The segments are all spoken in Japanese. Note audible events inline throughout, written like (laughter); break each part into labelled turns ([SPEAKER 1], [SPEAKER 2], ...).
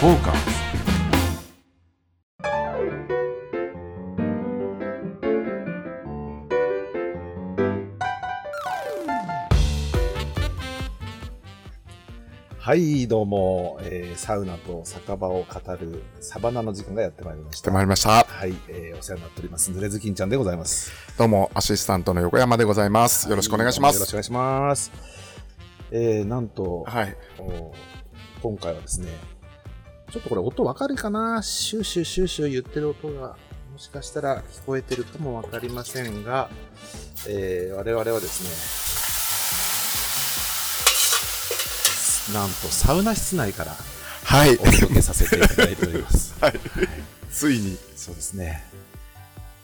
[SPEAKER 1] フォーカス
[SPEAKER 2] はい、どうも、えーサウナと酒場を語るサバナの時間がやってまいりまし。
[SPEAKER 1] したてまいりました。
[SPEAKER 2] はい、えーお世話になっております、ぬれずきんちゃんでございます。
[SPEAKER 1] どうも、アシスタントの横山でございます。よろしくお願いしま
[SPEAKER 2] はどう
[SPEAKER 1] す。
[SPEAKER 2] もよろしくお願いします。えーなんと、
[SPEAKER 1] はい。
[SPEAKER 2] お今回はですね、ちょっとこれ音わかるかなシューシューシューシュー言ってる音が、もしかしたら聞こえてるかもわかりませんが、えー我々はですね、なんとサウナ室内から
[SPEAKER 1] はい
[SPEAKER 2] お。届けさせていただいております。
[SPEAKER 1] はい。ついに。
[SPEAKER 2] (laughs) そうですね。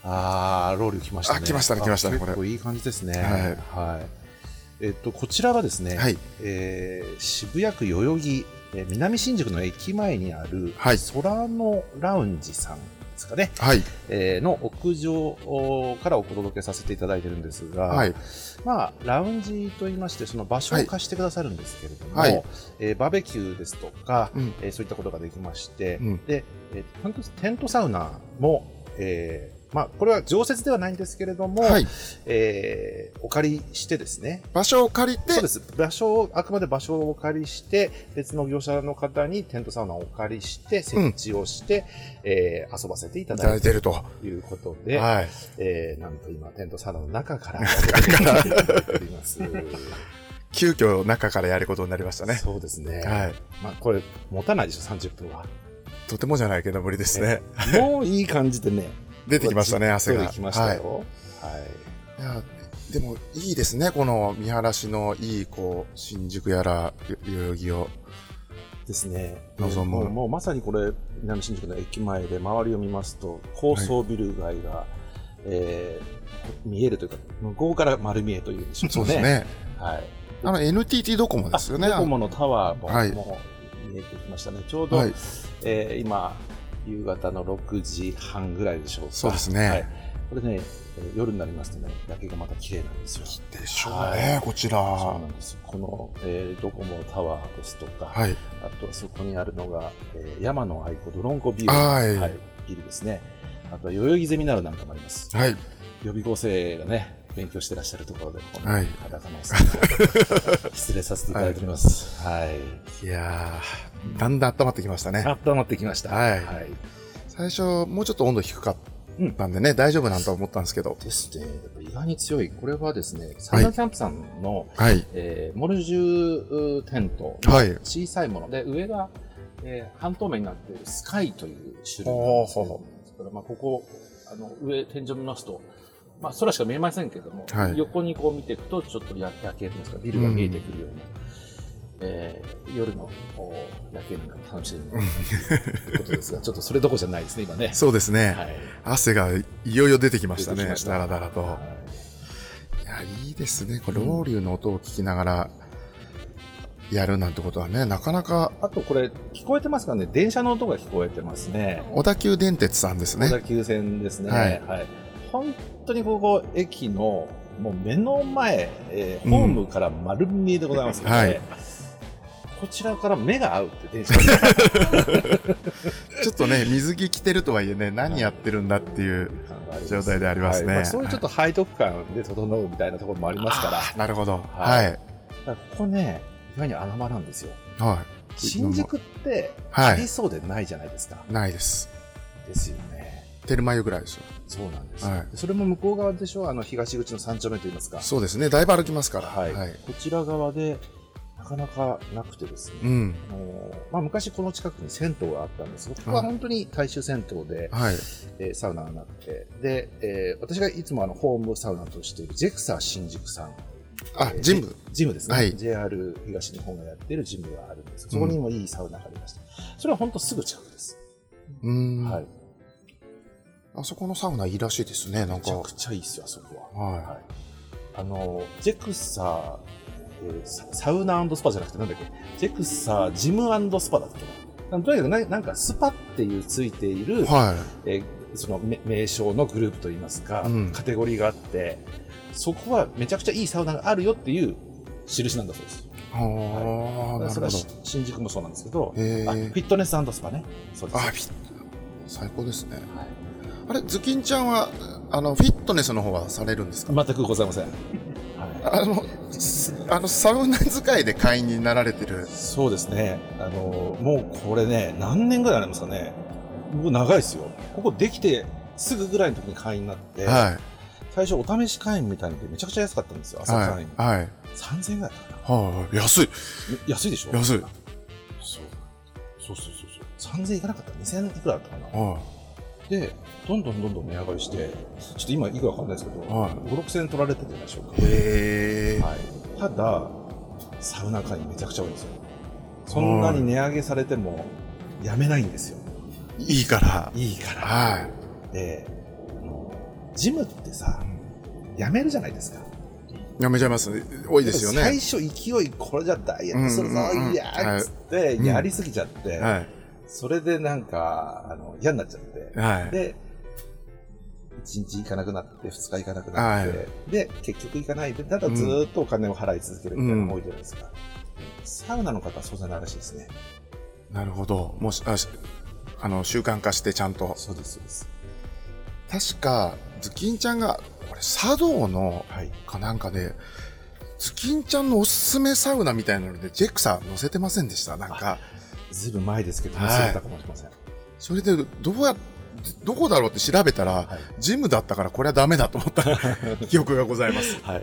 [SPEAKER 2] あー、ロール来ましたね。
[SPEAKER 1] あ来ましたね来ましたね
[SPEAKER 2] あ
[SPEAKER 1] これ
[SPEAKER 2] 結構いい感じですね。
[SPEAKER 1] はい
[SPEAKER 2] はい。えっと、こちらはですね、
[SPEAKER 1] はい。
[SPEAKER 2] えー渋谷区代々木、えー南新宿の駅前にある、
[SPEAKER 1] はい
[SPEAKER 2] 空のラウンジさんですかね、
[SPEAKER 1] はい。
[SPEAKER 2] えーの屋上からお届けさせていただいてるんですが、
[SPEAKER 1] はい。
[SPEAKER 2] まあ、ラウンジといいまして、その場所を貸してくださるんですけれども、
[SPEAKER 1] はい
[SPEAKER 2] えーバーベキューですとか、
[SPEAKER 1] うん。
[SPEAKER 2] えーそういったことができまして、
[SPEAKER 1] うん
[SPEAKER 2] で、えー本当にテントサウナも、えーまあ、これは常設ではないんですけれども、
[SPEAKER 1] はい。
[SPEAKER 2] えーお借りしてですね、
[SPEAKER 1] 場所を借りて
[SPEAKER 2] そうで、す場所をあくまで場所をお借りして別の業者の方にテントサウナをお借りして設置をして、えー遊ばせていた
[SPEAKER 1] いただ
[SPEAKER 2] だ
[SPEAKER 1] い
[SPEAKER 2] い
[SPEAKER 1] て
[SPEAKER 2] てい
[SPEAKER 1] る
[SPEAKER 2] る
[SPEAKER 1] と。
[SPEAKER 2] ということで、
[SPEAKER 1] はい。
[SPEAKER 2] えーなんと今テントサウナの中からお届けいただいております。
[SPEAKER 1] 急遽中からやることになりましたね。
[SPEAKER 2] そうですね、
[SPEAKER 1] はい。
[SPEAKER 2] まあ、これ持たないでしょ30分は
[SPEAKER 1] とてもじゃないけど無理ですね。
[SPEAKER 2] (laughs) もういい感じでね
[SPEAKER 1] 出てきましたね、汗
[SPEAKER 2] 出
[SPEAKER 1] が。
[SPEAKER 2] てきました
[SPEAKER 1] はい。
[SPEAKER 2] よ、はい
[SPEAKER 1] いやでもいいですね、この見晴らしのいい、こう、新宿やら、よ代々木を。
[SPEAKER 2] ですね
[SPEAKER 1] 望む
[SPEAKER 2] もうもうまさにこれ南新宿の駅前で周りを見ますと高層ビル街が、えー見えるというか向こうから丸見えというんでしょうかね。
[SPEAKER 1] そうですね。
[SPEAKER 2] はい、
[SPEAKER 1] あの、NTT ドコモですよね。
[SPEAKER 2] あドコモのタワーも,、
[SPEAKER 1] はい
[SPEAKER 2] もう見えてきましたねちょうど、
[SPEAKER 1] はい。
[SPEAKER 2] えー今夕方の6時半ぐらいでしょうか
[SPEAKER 1] そうですね
[SPEAKER 2] はい、これねえー夜になりますとね夜景がまた綺麗なんですよ。
[SPEAKER 1] でしょうね、こちら。
[SPEAKER 2] そう
[SPEAKER 1] は
[SPEAKER 2] なんですこの、えードコモタワーですとか、
[SPEAKER 1] い。
[SPEAKER 2] あとはそこにあるのが、えー山の愛子ドロンコビール、
[SPEAKER 1] はい
[SPEAKER 2] ビールですね。あとは代々木ゼミナールなんかもあります。
[SPEAKER 1] はい。
[SPEAKER 2] 予備校生がね、勉強してらっしゃるところで、この
[SPEAKER 1] はい
[SPEAKER 2] 裸のおっさん
[SPEAKER 1] (laughs)
[SPEAKER 2] が失礼させていただいております。はい。
[SPEAKER 1] いやー、だんだん温まってきましたね。
[SPEAKER 2] あったまってきました。
[SPEAKER 1] はい最初、もうちょっと温度低かったんでね、大丈夫なんと思ったんですけど。
[SPEAKER 2] ですね、やっぱ意外に強い。これはですね、サウナキャンプさんの、
[SPEAKER 1] はい。
[SPEAKER 2] えーモルジュテント
[SPEAKER 1] はい
[SPEAKER 2] 小さいもので、上が、えー半透明になっているスカイという種類なんで
[SPEAKER 1] ほう
[SPEAKER 2] すけ
[SPEAKER 1] ほう
[SPEAKER 2] ど
[SPEAKER 1] ほ
[SPEAKER 2] だからまあここあの上天井見ますと、まあ、空しか見えませんけども、
[SPEAKER 1] はい
[SPEAKER 2] 横にこう見ていくとちょっと夜夜景というんですかビルが見えてくるような、えー夜のこう夜景なんかも楽しんでること (laughs) ですがちょっとそれどころじゃないですね今ね。
[SPEAKER 1] そうですね。
[SPEAKER 2] はい
[SPEAKER 1] 汗がいよいよ出てきました
[SPEAKER 2] 出
[SPEAKER 1] ね
[SPEAKER 2] てきまし、た
[SPEAKER 1] だらだらと
[SPEAKER 2] は。い
[SPEAKER 1] いや、いいですね。これ、ロウリュの音を聞きながら、やるなんてことはね、なかなか、
[SPEAKER 2] あとこれ聞こえてますかね電車の音が聞こえてますね。
[SPEAKER 1] 小田急電鉄さんです
[SPEAKER 2] 小田
[SPEAKER 1] ね。
[SPEAKER 2] 急線ですね、
[SPEAKER 1] は
[SPEAKER 2] はいい本当にここ、駅のもう目の前、えーホームから丸見えでございますので、
[SPEAKER 1] うんはい
[SPEAKER 2] こちらから目が合うって電車
[SPEAKER 1] ちょっとね、水着着てるとはいえね、何やってるんだっていう (laughs) 状態でありますね。
[SPEAKER 2] はいまあそういうちょっと背徳感で整うみたいなところもありますから、
[SPEAKER 1] あなるほど。は。
[SPEAKER 2] はいい
[SPEAKER 1] はい。
[SPEAKER 2] だからここね、意外に穴場なんですよ。新宿って、
[SPEAKER 1] はい
[SPEAKER 2] ありそうでないじゃないですか。
[SPEAKER 1] ないです。
[SPEAKER 2] ですよね。
[SPEAKER 1] テルマ湯ぐらいですよ。
[SPEAKER 2] そうなんです、
[SPEAKER 1] はい
[SPEAKER 2] それも向こう側でしょ、あの東口の三丁目といいますか。
[SPEAKER 1] そうですね。だいぶ歩きますから。
[SPEAKER 2] はい、こちら側でなかなかなくてです
[SPEAKER 1] う
[SPEAKER 2] ね、
[SPEAKER 1] ん。
[SPEAKER 2] あのまあ、昔この近くに銭湯があったんですがここは本当に大衆銭湯で、
[SPEAKER 1] はい。
[SPEAKER 2] えーサウナがなくてで、えー私がいつもあのホームサウナとしているジェクサー新宿さん
[SPEAKER 1] あ
[SPEAKER 2] え、ー
[SPEAKER 1] ジム。
[SPEAKER 2] ジムですね、
[SPEAKER 1] はい
[SPEAKER 2] JR 東日本がやっているジムがあるんですがそこにもいいサウナがありました、それは本当すぐ近くです、
[SPEAKER 1] う
[SPEAKER 2] はい、
[SPEAKER 1] ん。
[SPEAKER 2] め
[SPEAKER 1] あそこのサウナいいらしいですね。なん
[SPEAKER 2] ち
[SPEAKER 1] か。
[SPEAKER 2] ゃ
[SPEAKER 1] は
[SPEAKER 2] くちゃいいですよあそこは、はい
[SPEAKER 1] い。
[SPEAKER 2] あのジェクサー、えーササウナスパじゃなくてなんだっけジェクサージムスパだっけなとにかくななんかスパっていうついている、
[SPEAKER 1] は
[SPEAKER 2] えーそのめ名称のグループといいますか、
[SPEAKER 1] うん
[SPEAKER 2] カテゴリーがあってそこはめちゃくちゃいいサウナがあるよっていう印なんだそうです
[SPEAKER 1] い。ああ、なる
[SPEAKER 2] それ
[SPEAKER 1] ほど
[SPEAKER 2] は。し新宿もそうなんですけど、
[SPEAKER 1] え
[SPEAKER 2] あフィ
[SPEAKER 1] ー、
[SPEAKER 2] ットネススパね。そうで
[SPEAKER 1] あ
[SPEAKER 2] す。
[SPEAKER 1] フィッ最高ですね。
[SPEAKER 2] はい
[SPEAKER 1] あれ、ズキンちゃんは、あの、フィットネスの方はされるんですか
[SPEAKER 2] 全くございません。はい、
[SPEAKER 1] あの、すあの、サウナ使いで会員になられてる。
[SPEAKER 2] そうですね。あの、もうこれね、何年ぐらいありますかね。僕長いですよ。ここできてすぐぐらいの時に会員になって、
[SPEAKER 1] は
[SPEAKER 2] 最初お試し会員みたいなのでめちゃくちゃ安かったんですよ。
[SPEAKER 1] い。
[SPEAKER 2] 朝
[SPEAKER 1] は
[SPEAKER 2] 会員
[SPEAKER 1] い。。はい。
[SPEAKER 2] 3000円ぐらいだったか
[SPEAKER 1] はい。安い。
[SPEAKER 2] な。安いでしょ
[SPEAKER 1] 安い。
[SPEAKER 2] そう。そうそうそうそう。3000円いかなかった。2000円いくらだったかな。
[SPEAKER 1] は
[SPEAKER 2] で、どんどんどんどん値上がりして、ちょっと今いくらわかんないですけど、
[SPEAKER 1] はい
[SPEAKER 2] 5、6000円取られてるんじゃないでしょうか。
[SPEAKER 1] い。へえ。
[SPEAKER 2] はい、ただ、サウナ会員めちゃくちゃ多いんですよ。そんなに値上げされても、やめないんですよ。
[SPEAKER 1] いいから。
[SPEAKER 2] いいから。
[SPEAKER 1] は
[SPEAKER 2] で、あのジムってさ、やめるじゃないですか。
[SPEAKER 1] い。やめちゃいます。多いですよ
[SPEAKER 2] 最
[SPEAKER 1] ね。
[SPEAKER 2] 初勢い、これじゃダイエットするぞ、
[SPEAKER 1] うんうんうん
[SPEAKER 2] いやーっつって、やりすぎちゃって、
[SPEAKER 1] は
[SPEAKER 2] それでなんか、あの、嫌になっちゃって
[SPEAKER 1] い。。はい。
[SPEAKER 2] で、1日行かなくなって、2日行かなくなって、
[SPEAKER 1] は
[SPEAKER 2] で、結局行かないで、ただずーっとお金を払い続けるみたいなのが多いじゃないですか。サウナの方はそうじゃないらしいですね。
[SPEAKER 1] なるほど。もし、あしあの、習慣化してちゃんと。
[SPEAKER 2] そうです、そうです。
[SPEAKER 1] 確か、ズキンちゃんが、俺、茶道の、
[SPEAKER 2] はい。
[SPEAKER 1] かなんかで、ズキンちゃんのおすすめサウナみたいなので、ジェクサ載せてませんでしたなんか、
[SPEAKER 2] ずいぶん前ですけど、
[SPEAKER 1] はい
[SPEAKER 2] 忘れたかもしれません。
[SPEAKER 1] それで、どうや、どこだろうって調べたら、
[SPEAKER 2] はい。
[SPEAKER 1] ジムだったからこれはダメだと思った (laughs) 記憶がございます。
[SPEAKER 2] (laughs) はい。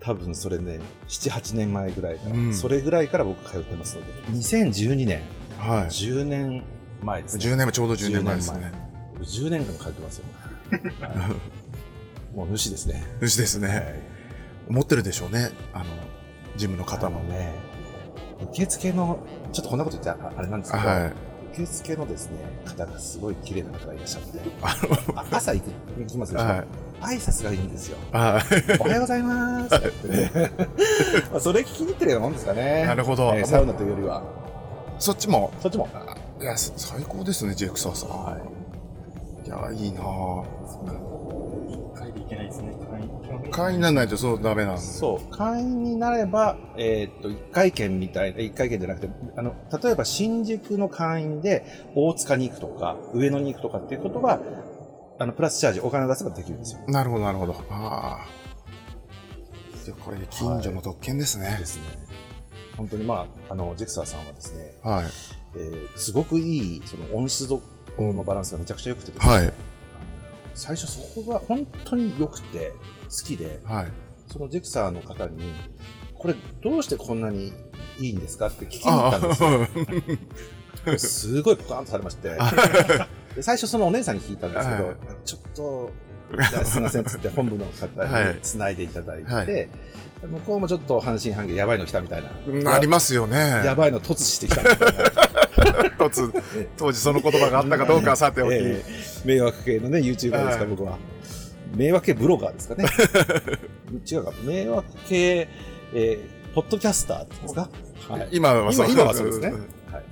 [SPEAKER 2] 多分それね、7、8年前ぐらいから、
[SPEAKER 1] うん
[SPEAKER 2] それぐらいから僕通ってますので、2012年、
[SPEAKER 1] はい。
[SPEAKER 2] 10年前ですね。
[SPEAKER 1] 10年前、ちょうど10年前です
[SPEAKER 2] 10
[SPEAKER 1] ね。
[SPEAKER 2] 僕10年間通ってますよ。はいもう主ですね。
[SPEAKER 1] 主です
[SPEAKER 2] は
[SPEAKER 1] ね。
[SPEAKER 2] い
[SPEAKER 1] 持ってるでしょうね。あの、ジムの方
[SPEAKER 2] 方も
[SPEAKER 1] も。
[SPEAKER 2] ね、受付の、ちょっとこんなこと言ってああれなんですけど、
[SPEAKER 1] はい。
[SPEAKER 2] 受付のですね、方がすごい綺麗な方がいらっしゃって、
[SPEAKER 1] あ
[SPEAKER 2] あ朝行く行きますでしょ、
[SPEAKER 1] は
[SPEAKER 2] 挨拶がいいんですよ。
[SPEAKER 1] はい。
[SPEAKER 2] おはようござい
[SPEAKER 1] (laughs)
[SPEAKER 2] ますって言ってね (laughs) まあそれ聞きに行ってるようなもんですかね。
[SPEAKER 1] なるほど
[SPEAKER 2] えーサウナというよりは。
[SPEAKER 1] そっちも、
[SPEAKER 2] そっちも。
[SPEAKER 1] いや、す最高ですね、ジェイクサーさん。
[SPEAKER 2] はい
[SPEAKER 1] や、いいなぁ。
[SPEAKER 3] 一回でいけないですね。
[SPEAKER 1] 会員にならないとそうダメなん
[SPEAKER 2] い。
[SPEAKER 1] です。
[SPEAKER 2] そう。会員になれば、えーっと、一回券みたいな、一回券じゃなくて、あの、例えば新宿の会員で大塚に行くとか、上野に行くとかっていうことは、あの、プラスチャージ、お金を出せばできるんですよ。
[SPEAKER 1] なるほど、なるほど。ああ。じゃあこれ、近所の特権ですね
[SPEAKER 2] で。すね。本当にまあ、あの、ジェクサーさんはですね、
[SPEAKER 1] はい。
[SPEAKER 2] えーすごくいい、その温湿度のバランスがめちゃくちゃ良くてですね、
[SPEAKER 1] はい。
[SPEAKER 2] 最初そこが本当に良くて、好きで、
[SPEAKER 1] はい。
[SPEAKER 2] そのジェクサーの方に、これどうしてこんなにいいんですかって聞きに行ったんですよ。すごいポカーンとされまして、で最初そのお姉さんに聞いたんですけど、
[SPEAKER 1] はい
[SPEAKER 2] ちょっと、じゃあすいませんっつって本部の方に繋いでいただいて、
[SPEAKER 1] はい
[SPEAKER 2] で向こうもちょっと半信半疑、やばいの来たみたいな。
[SPEAKER 1] あ (laughs) りますよね。
[SPEAKER 2] やばいの突死してきたみたいな (laughs)
[SPEAKER 1] 一つ、当時その言葉があったかどうかはさておき。
[SPEAKER 2] ええ迷惑系のね、YouTuber ですか、
[SPEAKER 1] はい
[SPEAKER 2] 僕は。迷惑系ブロガーですかね。違うか、迷惑系、えーポッドキャスターって言うんですか。はい
[SPEAKER 1] 今は
[SPEAKER 2] 今
[SPEAKER 1] う
[SPEAKER 2] 今はそうですね。はい、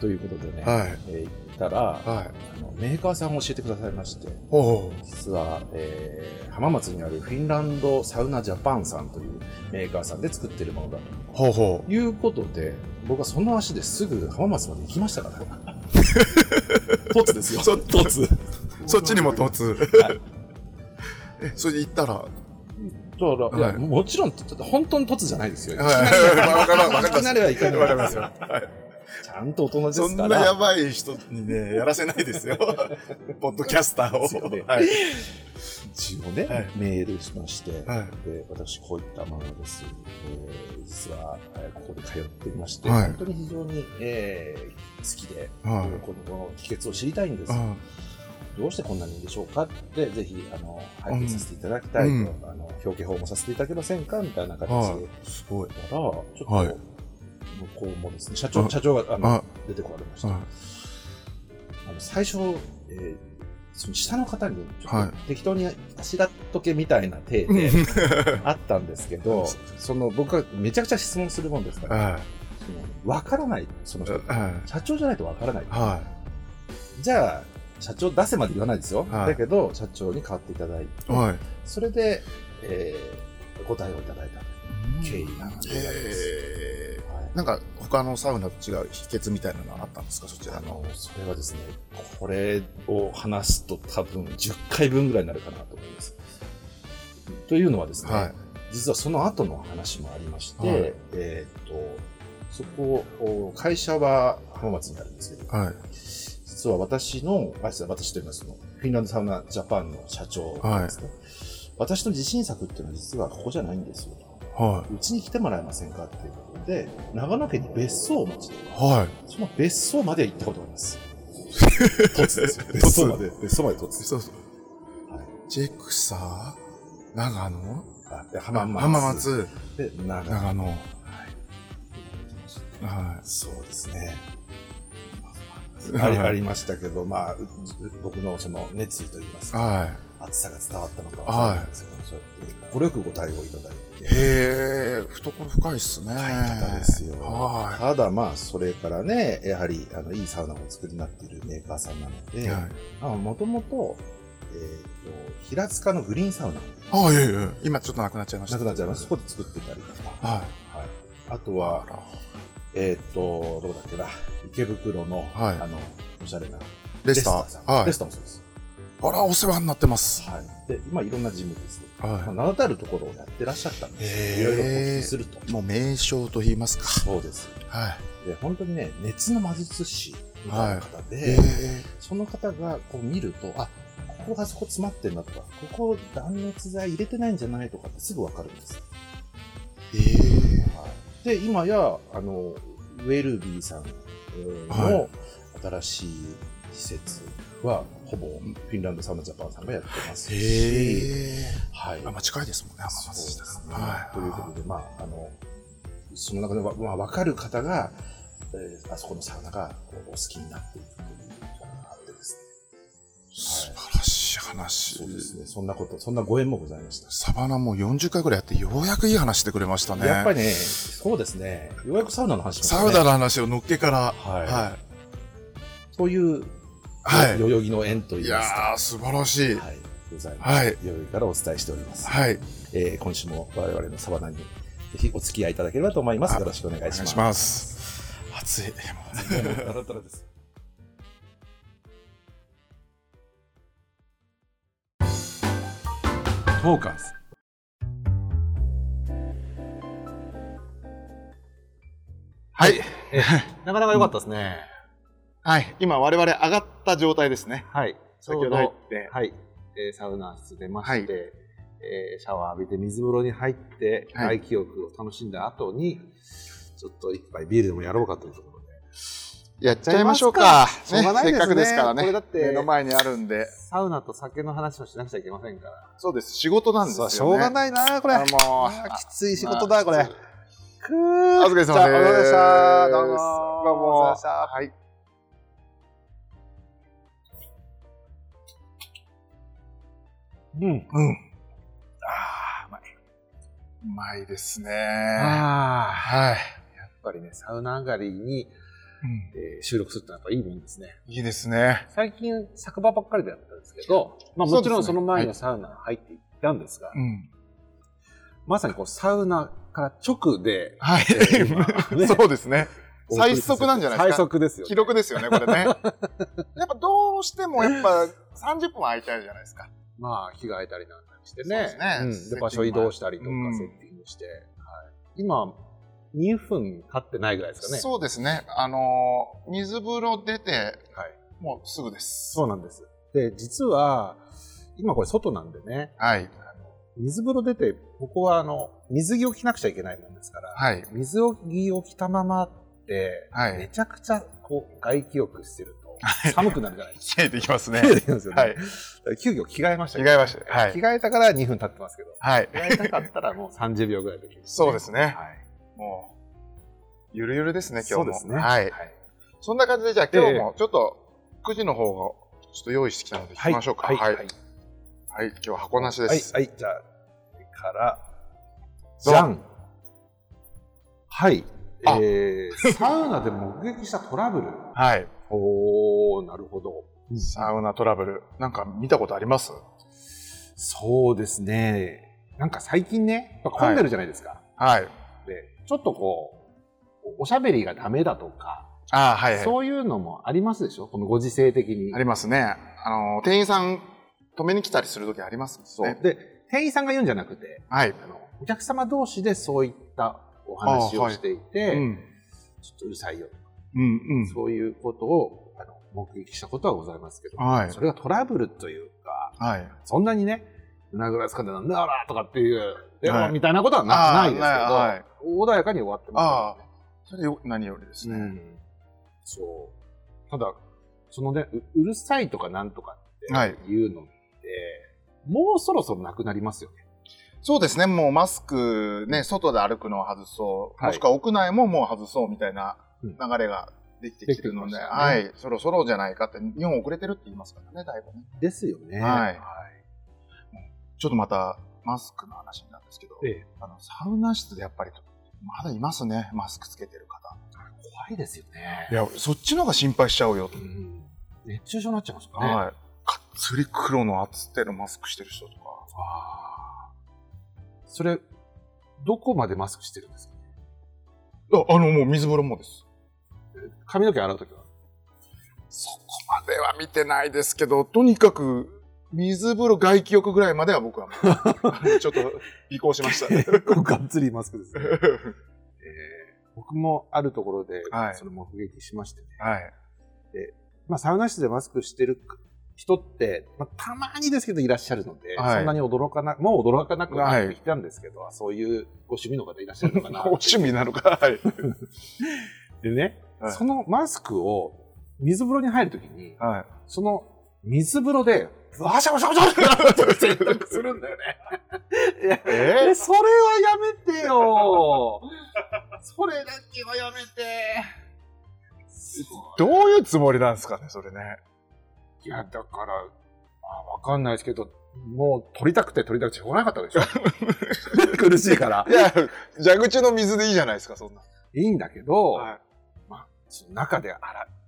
[SPEAKER 2] ということでね、
[SPEAKER 1] はい。
[SPEAKER 2] えー行ったら、
[SPEAKER 1] はい。
[SPEAKER 2] あのメーカーさんを教えてくださいまして、
[SPEAKER 1] おう
[SPEAKER 2] 実は、えー浜松にあるフィンランドサウナジャパンさんというメーカーさんで作ってるものだ
[SPEAKER 1] ほうほ
[SPEAKER 2] ということで、僕はその足ですぐ浜松まで行きましたからね。
[SPEAKER 1] (laughs)
[SPEAKER 2] 突ですよ。突。
[SPEAKER 1] う。そっちにも突。 (laughs) え、それで行ったら、は
[SPEAKER 2] だから、いや、
[SPEAKER 1] はい
[SPEAKER 2] もちろん、ちょっと本当に突じゃないですよ。
[SPEAKER 1] い。わかるわかりま
[SPEAKER 2] な
[SPEAKER 1] す。
[SPEAKER 2] ればいかない
[SPEAKER 1] わかりますよ。
[SPEAKER 2] ちゃんと大人です
[SPEAKER 1] そ
[SPEAKER 2] から。
[SPEAKER 1] んなやばい人にね、やらせないです (laughs) よ。ポッドキャスター
[SPEAKER 2] そうね
[SPEAKER 1] を。はい。
[SPEAKER 2] 一応ね、
[SPEAKER 1] はい
[SPEAKER 2] メールしまして、
[SPEAKER 1] は
[SPEAKER 2] で私こういったものです、えー実はえーここで通っていまして、
[SPEAKER 1] はい
[SPEAKER 2] 本当に非常に、えー好きで、
[SPEAKER 1] い。はい。
[SPEAKER 2] この秘訣を知りたいんです、
[SPEAKER 1] あ
[SPEAKER 2] どうしてこんなにいいんでしょうかってぜひあの拝見させていただきたいと、
[SPEAKER 1] うん
[SPEAKER 2] あの表敬訪問させていただけませんかみたいな形で、
[SPEAKER 1] は
[SPEAKER 2] だ
[SPEAKER 1] い。すごい。
[SPEAKER 2] からちょっと、
[SPEAKER 1] はい
[SPEAKER 2] 向こうもですね社
[SPEAKER 1] あ
[SPEAKER 2] 長社長があの
[SPEAKER 1] あ、
[SPEAKER 2] 出てこられました、
[SPEAKER 1] は
[SPEAKER 2] あの最初、えーその下の方にちょ
[SPEAKER 1] は
[SPEAKER 2] っ
[SPEAKER 1] い
[SPEAKER 2] と適当にあしらっとけみたいな体で
[SPEAKER 1] うん
[SPEAKER 2] あったんですけど、その僕がめちゃくちゃ質問するもんですか
[SPEAKER 1] い。
[SPEAKER 2] ら、
[SPEAKER 1] は
[SPEAKER 2] そのわからない、その
[SPEAKER 1] い。
[SPEAKER 2] 人、社長じゃないとわからない。
[SPEAKER 1] は
[SPEAKER 2] じゃあ、社長出せまで言わないですよ。
[SPEAKER 1] はい
[SPEAKER 2] だけど、社長に代わっていただいて、
[SPEAKER 1] い。はい。
[SPEAKER 2] それで、えーお答えをいただいた。経緯なんでございます。
[SPEAKER 1] えー、なんか他のサウナと違う秘訣みたいなのはあったんですかそちら
[SPEAKER 2] あ
[SPEAKER 1] の
[SPEAKER 2] の、それはですね、これを話すと多分10回分ぐらいになるかなと思います。というのはですね、
[SPEAKER 1] はい
[SPEAKER 2] 実はその後の話もありまして、
[SPEAKER 1] はい
[SPEAKER 2] えーっと、そこを、お会社は浜松にあるんですけど、
[SPEAKER 1] はい
[SPEAKER 2] 実は私の、あ実は私というのはその、フィンランドサウナジャパンの社長なんですね。私の自信作っていうのは実はここじゃないんですよ。
[SPEAKER 1] は
[SPEAKER 2] うちに来てもらえませんかっていうことで、長野県に別荘をお持ちで、
[SPEAKER 1] いはい
[SPEAKER 2] その別荘まで行ったことがあり
[SPEAKER 1] (laughs)
[SPEAKER 2] ます。突ですよ。別荘まで、別荘まで突です。
[SPEAKER 1] そうそう
[SPEAKER 2] はい
[SPEAKER 1] ジェクサー長野
[SPEAKER 2] あで浜松。
[SPEAKER 1] 浜松
[SPEAKER 2] で、長野。
[SPEAKER 1] 長野は
[SPEAKER 2] そうですね。
[SPEAKER 1] い
[SPEAKER 2] ありあ
[SPEAKER 1] はい
[SPEAKER 2] りましたけど、まあ、う僕のその熱意といいますか、
[SPEAKER 1] は
[SPEAKER 2] 熱さが伝わったのかわからないんですけど、そうやって、これよくご対応いただい
[SPEAKER 1] い
[SPEAKER 2] て、
[SPEAKER 1] へえ懐深いっすね
[SPEAKER 2] 方ですよ。
[SPEAKER 1] は
[SPEAKER 2] ただまあ、それからね、やはり、あの、いいサウナをお作りになっているメーカーさんなの
[SPEAKER 1] い
[SPEAKER 2] で、
[SPEAKER 1] はい
[SPEAKER 2] もともと、えーと、平塚のグリーンサウナ、
[SPEAKER 1] ああいやいや今ちょっとなくなっちゃいまし
[SPEAKER 2] な
[SPEAKER 1] た
[SPEAKER 2] くなっちゃいます。そこで作ってたりとか。
[SPEAKER 1] は
[SPEAKER 2] はい、あと
[SPEAKER 1] い
[SPEAKER 2] は、えっ、と、どこだっけな、池袋の、
[SPEAKER 1] はい
[SPEAKER 2] あの、おしゃれな
[SPEAKER 1] レスタ
[SPEAKER 2] レさん
[SPEAKER 1] ーはい
[SPEAKER 2] レスターもそうです。
[SPEAKER 1] あらお世話になってます
[SPEAKER 2] はい。で、今いろんな事務ですね。まあ、
[SPEAKER 1] は
[SPEAKER 2] 名だたるところをやってらっしゃったんで、
[SPEAKER 1] へー
[SPEAKER 2] いろいろお聞きすると。
[SPEAKER 1] いもう名称と言いますか
[SPEAKER 2] そうです。
[SPEAKER 1] はい
[SPEAKER 2] で、本当にね、熱の魔術師みたいな方で、
[SPEAKER 1] へえ
[SPEAKER 2] その方がこう見ると、あ、ここがそこ詰まってんなとか、ここ断熱材入れてないんじゃないとかってすぐわかるんです。
[SPEAKER 1] え
[SPEAKER 2] で、
[SPEAKER 1] え
[SPEAKER 2] 今や、あの、ウェルビーさんえー
[SPEAKER 1] はい
[SPEAKER 2] の新しい施設は、ほぼフィンランドサウナジャパンさんがやってますし、
[SPEAKER 1] へえ
[SPEAKER 2] はい。
[SPEAKER 1] あまあ近いですもんね浜松市だ
[SPEAKER 2] そうですね
[SPEAKER 1] からはい
[SPEAKER 2] ということで、まあ、あの、その中でわ、まあ、わかる方が、えーあそこのサウナがこうお好きになっていくというのがあってですね。
[SPEAKER 1] 素晴らしい話
[SPEAKER 2] そうですね。そんなこと、そんなご縁もございました。
[SPEAKER 1] サバナも40回ぐらいやってようやくいい話してくれましたね
[SPEAKER 2] やっぱりね、そうですね。ようやくサウナの話しました
[SPEAKER 1] サ
[SPEAKER 2] ね
[SPEAKER 1] ウナの話をのっけから
[SPEAKER 2] はい
[SPEAKER 1] は
[SPEAKER 2] そういう、
[SPEAKER 1] は
[SPEAKER 2] 代
[SPEAKER 1] い
[SPEAKER 2] 々木の縁と
[SPEAKER 1] い
[SPEAKER 2] い
[SPEAKER 1] い
[SPEAKER 2] いますか。
[SPEAKER 1] やー素晴らしい
[SPEAKER 2] はい、ございます。
[SPEAKER 1] はい
[SPEAKER 2] 代々木からお伝えしております。
[SPEAKER 1] はい
[SPEAKER 2] えー今週も我々のサバナにぜひお付き合いいただければと思います。よろしくお願い
[SPEAKER 1] お
[SPEAKER 2] し
[SPEAKER 1] 願
[SPEAKER 2] ま
[SPEAKER 1] い
[SPEAKER 2] す。
[SPEAKER 1] します暑いもう
[SPEAKER 2] たらたらです。
[SPEAKER 3] トーカーズ
[SPEAKER 1] (laughs) はい
[SPEAKER 3] なかなか良かったですね。
[SPEAKER 1] はい今我々上がった状態ですね
[SPEAKER 3] はい。
[SPEAKER 1] 先ほど入って
[SPEAKER 3] はい、えーサウナ室出まして、えーシャワー浴びて水風呂に入って、
[SPEAKER 1] はい
[SPEAKER 3] 外気浴を楽しんだ後に、ちょっと一杯ビールでもやろうかというところで。
[SPEAKER 1] やっちゃいましょうか
[SPEAKER 3] しょうがないですね
[SPEAKER 1] せっかくですから
[SPEAKER 3] こ
[SPEAKER 1] ね
[SPEAKER 3] れだって
[SPEAKER 1] 目の前にあるんで
[SPEAKER 3] サウナと酒の話をしなくちゃいけませんから。
[SPEAKER 1] そうです仕事なんですよね
[SPEAKER 3] しょうがないな、これ。
[SPEAKER 1] あもう
[SPEAKER 3] きつい仕事だ、これ。く
[SPEAKER 1] お
[SPEAKER 3] ー
[SPEAKER 1] 疲れ様です
[SPEAKER 3] じゃあお疲れ様でした。どうも。
[SPEAKER 1] どうも
[SPEAKER 3] お疲れ様でした
[SPEAKER 1] はい
[SPEAKER 3] うん。
[SPEAKER 1] うんあーうまいうまいですねは
[SPEAKER 3] ああ。
[SPEAKER 1] い
[SPEAKER 3] やっぱりね、サウナ上がりに、
[SPEAKER 1] うん
[SPEAKER 3] えー収録するってのはやっぱいいもんですね。
[SPEAKER 1] いいですね
[SPEAKER 3] 最近、酒場ばっかりだったんですけど、まあもちろんその前にはサウナ入っていったんですが、
[SPEAKER 1] うん
[SPEAKER 3] まさにこう、サウナから直 (laughs) で、
[SPEAKER 1] はい
[SPEAKER 3] えー今ね
[SPEAKER 1] (laughs) そうですね最速なんじゃないですか
[SPEAKER 3] 最速ですよ、
[SPEAKER 1] 記録ですよ
[SPEAKER 3] (laughs)
[SPEAKER 1] ね、これね。やっぱどうしても、やっぱ30分空いちゃうじゃないですか。
[SPEAKER 3] まあ、日が空いたりなんかして
[SPEAKER 1] そうで
[SPEAKER 3] ね
[SPEAKER 1] す。ね
[SPEAKER 3] うんで、場所移動したりとか、セ
[SPEAKER 1] うん
[SPEAKER 3] ッティングして。はい、今、2分経ってないぐらいですかね。
[SPEAKER 1] そうですね。あのー、水風呂出て、
[SPEAKER 3] はい
[SPEAKER 1] もうすぐです。
[SPEAKER 3] そうなんです。で、実は、今これ外なんでね、
[SPEAKER 1] はい。
[SPEAKER 3] あの水風呂出て、ここはあの、水着を着なくちゃいけないもんですから、
[SPEAKER 1] はい。
[SPEAKER 3] 水着を着たままって、
[SPEAKER 1] はい
[SPEAKER 3] めちゃくちゃこう外気浴してると、寒くなるじゃないですか。
[SPEAKER 1] 切れていきますね
[SPEAKER 3] (laughs) 綺麗できますよね。
[SPEAKER 1] (laughs) は
[SPEAKER 3] だ
[SPEAKER 1] い
[SPEAKER 3] から急遽着替えました
[SPEAKER 1] 着
[SPEAKER 3] けど
[SPEAKER 1] 替えました。は
[SPEAKER 3] 着
[SPEAKER 1] い。
[SPEAKER 3] 替えたから2分経ってますけど、
[SPEAKER 1] はい。
[SPEAKER 3] 着替えたかったら
[SPEAKER 1] (laughs)
[SPEAKER 3] もう30秒ぐらいできる、
[SPEAKER 1] そうですね
[SPEAKER 3] はい。
[SPEAKER 1] もう、ゆるゆるですね、今
[SPEAKER 3] そ
[SPEAKER 1] 日も。
[SPEAKER 3] うですね。
[SPEAKER 1] はい。
[SPEAKER 3] はい
[SPEAKER 1] そんな感じで、じゃあ今日もちょっと、くじの方をちょっと用意してきたので、聞きましょうか。
[SPEAKER 3] はい。はい。
[SPEAKER 1] はい。はい今日は箱なしで
[SPEAKER 3] はい
[SPEAKER 1] す。
[SPEAKER 3] はいじゃあ、これから、
[SPEAKER 1] ド
[SPEAKER 3] じ
[SPEAKER 1] ン
[SPEAKER 3] ゃん。はい。
[SPEAKER 1] あ
[SPEAKER 3] え
[SPEAKER 1] (laughs)
[SPEAKER 3] ー、サウナで目撃したトラブル。
[SPEAKER 1] はい。
[SPEAKER 3] おー、なるほど。
[SPEAKER 1] サウナトラブル。なんか見たことあります
[SPEAKER 3] そうですね。なんか最近ね、やっぱ混んでるじゃないですか。
[SPEAKER 1] はい。
[SPEAKER 2] で、ちょっとこう、おしゃべりがダメだとか、
[SPEAKER 1] ああ、はい、はい。
[SPEAKER 2] そういうのもありますでしょこのご時世的に
[SPEAKER 1] あ。りますね。あの、店員さん止めに来たりするときありますもんね。
[SPEAKER 2] そう。で、店員さんが言うんじゃなくて、
[SPEAKER 1] はい。
[SPEAKER 2] あのお客様同士でそういったお話
[SPEAKER 1] あ
[SPEAKER 2] を
[SPEAKER 1] はい
[SPEAKER 2] していて、
[SPEAKER 1] うん。
[SPEAKER 2] ちょっとうるさいよ、
[SPEAKER 1] うんうん。
[SPEAKER 2] そういうことをあの目撃したことはございますけど、
[SPEAKER 1] はい
[SPEAKER 2] それがトラブルというか、
[SPEAKER 1] はい。
[SPEAKER 2] そんなにね、胸ぐらつかんでなんだらとかっていう、で
[SPEAKER 1] はい
[SPEAKER 2] もみたいなことはな
[SPEAKER 1] あ
[SPEAKER 2] ない
[SPEAKER 1] ー
[SPEAKER 2] ですけど、
[SPEAKER 1] はい
[SPEAKER 2] 穏やかに終わってま
[SPEAKER 1] ああ、それよ何よりです
[SPEAKER 2] す、
[SPEAKER 1] ね。
[SPEAKER 2] うんそう。ただ、そのね、ううるさいとかなんとか
[SPEAKER 1] は
[SPEAKER 2] っ
[SPEAKER 1] い
[SPEAKER 2] ていうのって、もうそろそろなくなりますよね。
[SPEAKER 1] そうですね、もうマスク、ね、外で歩くのを外そう、
[SPEAKER 2] はい
[SPEAKER 1] もしくは屋内ももう外そうみたいな
[SPEAKER 2] う
[SPEAKER 1] 流
[SPEAKER 2] ん
[SPEAKER 1] れができてきてるので、
[SPEAKER 2] できてきました
[SPEAKER 1] は
[SPEAKER 2] ね
[SPEAKER 1] い、そろそろじゃないかって、日本遅れてるって言いますからね、だいぶね。
[SPEAKER 2] ですよね。
[SPEAKER 1] はいちょっとまた、マスクの話なんですけど、
[SPEAKER 2] ええ
[SPEAKER 1] あのサウナ室でやっぱり、まだいますね、マスクつけてる方。
[SPEAKER 2] 怖いですよね。
[SPEAKER 1] いや、そっちの方が心配しちゃうよ
[SPEAKER 2] う。ん熱中症になっちゃいますよね。
[SPEAKER 1] はい。かっつり黒の厚手のマスクしてる人とか。
[SPEAKER 2] あーそれ、どこまでマスクしてるんですか
[SPEAKER 1] ああの、もう水風呂もです。
[SPEAKER 2] 髪の毛洗うときは。
[SPEAKER 1] そこまでは見てないですけど、とにかく、水風呂外気浴ぐらいまでは僕はもうちょっと移行しました。
[SPEAKER 2] 結構がっつりマスクですね。えー僕もあるところで
[SPEAKER 1] はい、
[SPEAKER 2] それ目撃しましてね。
[SPEAKER 1] (laughs) はい。
[SPEAKER 2] まあ、サウナ室でマスクしてる人って、まあ、たまにですけどいらっしゃるので、
[SPEAKER 1] はい
[SPEAKER 2] そんなに驚かな、もう驚かなくなってきたんですけど、そういうご趣味の方いらっしゃるのか
[SPEAKER 1] お
[SPEAKER 2] な。
[SPEAKER 1] 趣味なのか。はい。
[SPEAKER 2] でね、
[SPEAKER 1] はい
[SPEAKER 2] そのマスクを水風呂に入るときに、
[SPEAKER 1] はい。
[SPEAKER 2] その水風呂で、わしゃわしゃわしゃわしゃって洗濯するんだよね。いや
[SPEAKER 1] え
[SPEAKER 2] (laughs) え、それはやめて (laughs) よ。それだけはやめて。
[SPEAKER 1] どういうつもりなんですかね、それね。
[SPEAKER 2] いや、だから、まあ、わかんないですけど、もう取りたくて取りたくてしょうがなかったでしょ。 (laughs) 苦しいから
[SPEAKER 1] い。や、蛇口の水でいいじゃないですか、そんな。
[SPEAKER 2] いいんだけど、
[SPEAKER 1] はい
[SPEAKER 2] まあ、その中で洗っ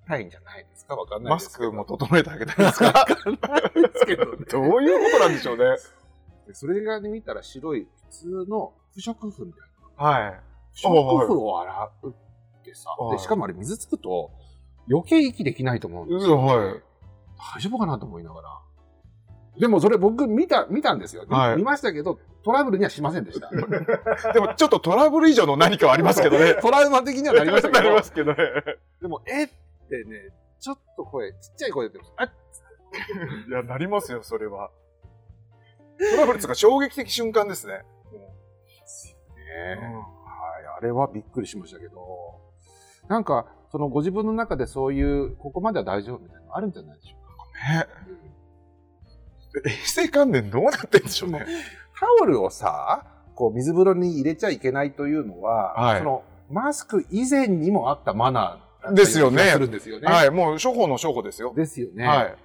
[SPEAKER 2] たいんじゃないですか。わかんない
[SPEAKER 1] マ
[SPEAKER 2] で
[SPEAKER 1] ス
[SPEAKER 2] すけど。
[SPEAKER 1] クも整えてあげたいですか
[SPEAKER 2] ですけどね。
[SPEAKER 1] どういうことなんでしょうね。
[SPEAKER 2] でそれがね見たら白い普通の不織布みたいな。
[SPEAKER 1] はい。
[SPEAKER 2] 不織布を洗うってさ、
[SPEAKER 1] はい
[SPEAKER 2] でしかもあれ水つくと余計息できないと思うんです
[SPEAKER 1] 嘘、はい。
[SPEAKER 2] 大丈夫かなと思いながら。でもそれ僕見た、見たんですよ。
[SPEAKER 1] はい
[SPEAKER 2] 見ましたけど、トラブルにはしませんでした。
[SPEAKER 1] (laughs) でもちょっとトラブル以上の何かはありますけどね。
[SPEAKER 2] (laughs) トラウマ的にはなりましたけ
[SPEAKER 1] (laughs) なり
[SPEAKER 2] ど
[SPEAKER 1] ま、すけどね。
[SPEAKER 2] でも、えってね、ちょっと声、ちっちゃい声で言ってました。
[SPEAKER 1] いや、なりますよ、それは。トラブルつうか衝撃的瞬間ですね。
[SPEAKER 2] あねはい、あれはびっくりしましたけど、なんか、そのご自分の中でそういう、ここまでは大丈夫みたいなのあるんじゃないでしょうか。
[SPEAKER 1] 衛生関連どうなってんでしょうね。
[SPEAKER 2] タオルをさ、こう水風呂に入れちゃいけないというのは、
[SPEAKER 1] はい
[SPEAKER 2] そのマスク以前にもあったマナー
[SPEAKER 1] ですよね
[SPEAKER 2] だったような気がするんですよね。
[SPEAKER 1] はい、もう処方の処方ですよ。
[SPEAKER 2] ですよね。
[SPEAKER 1] はい。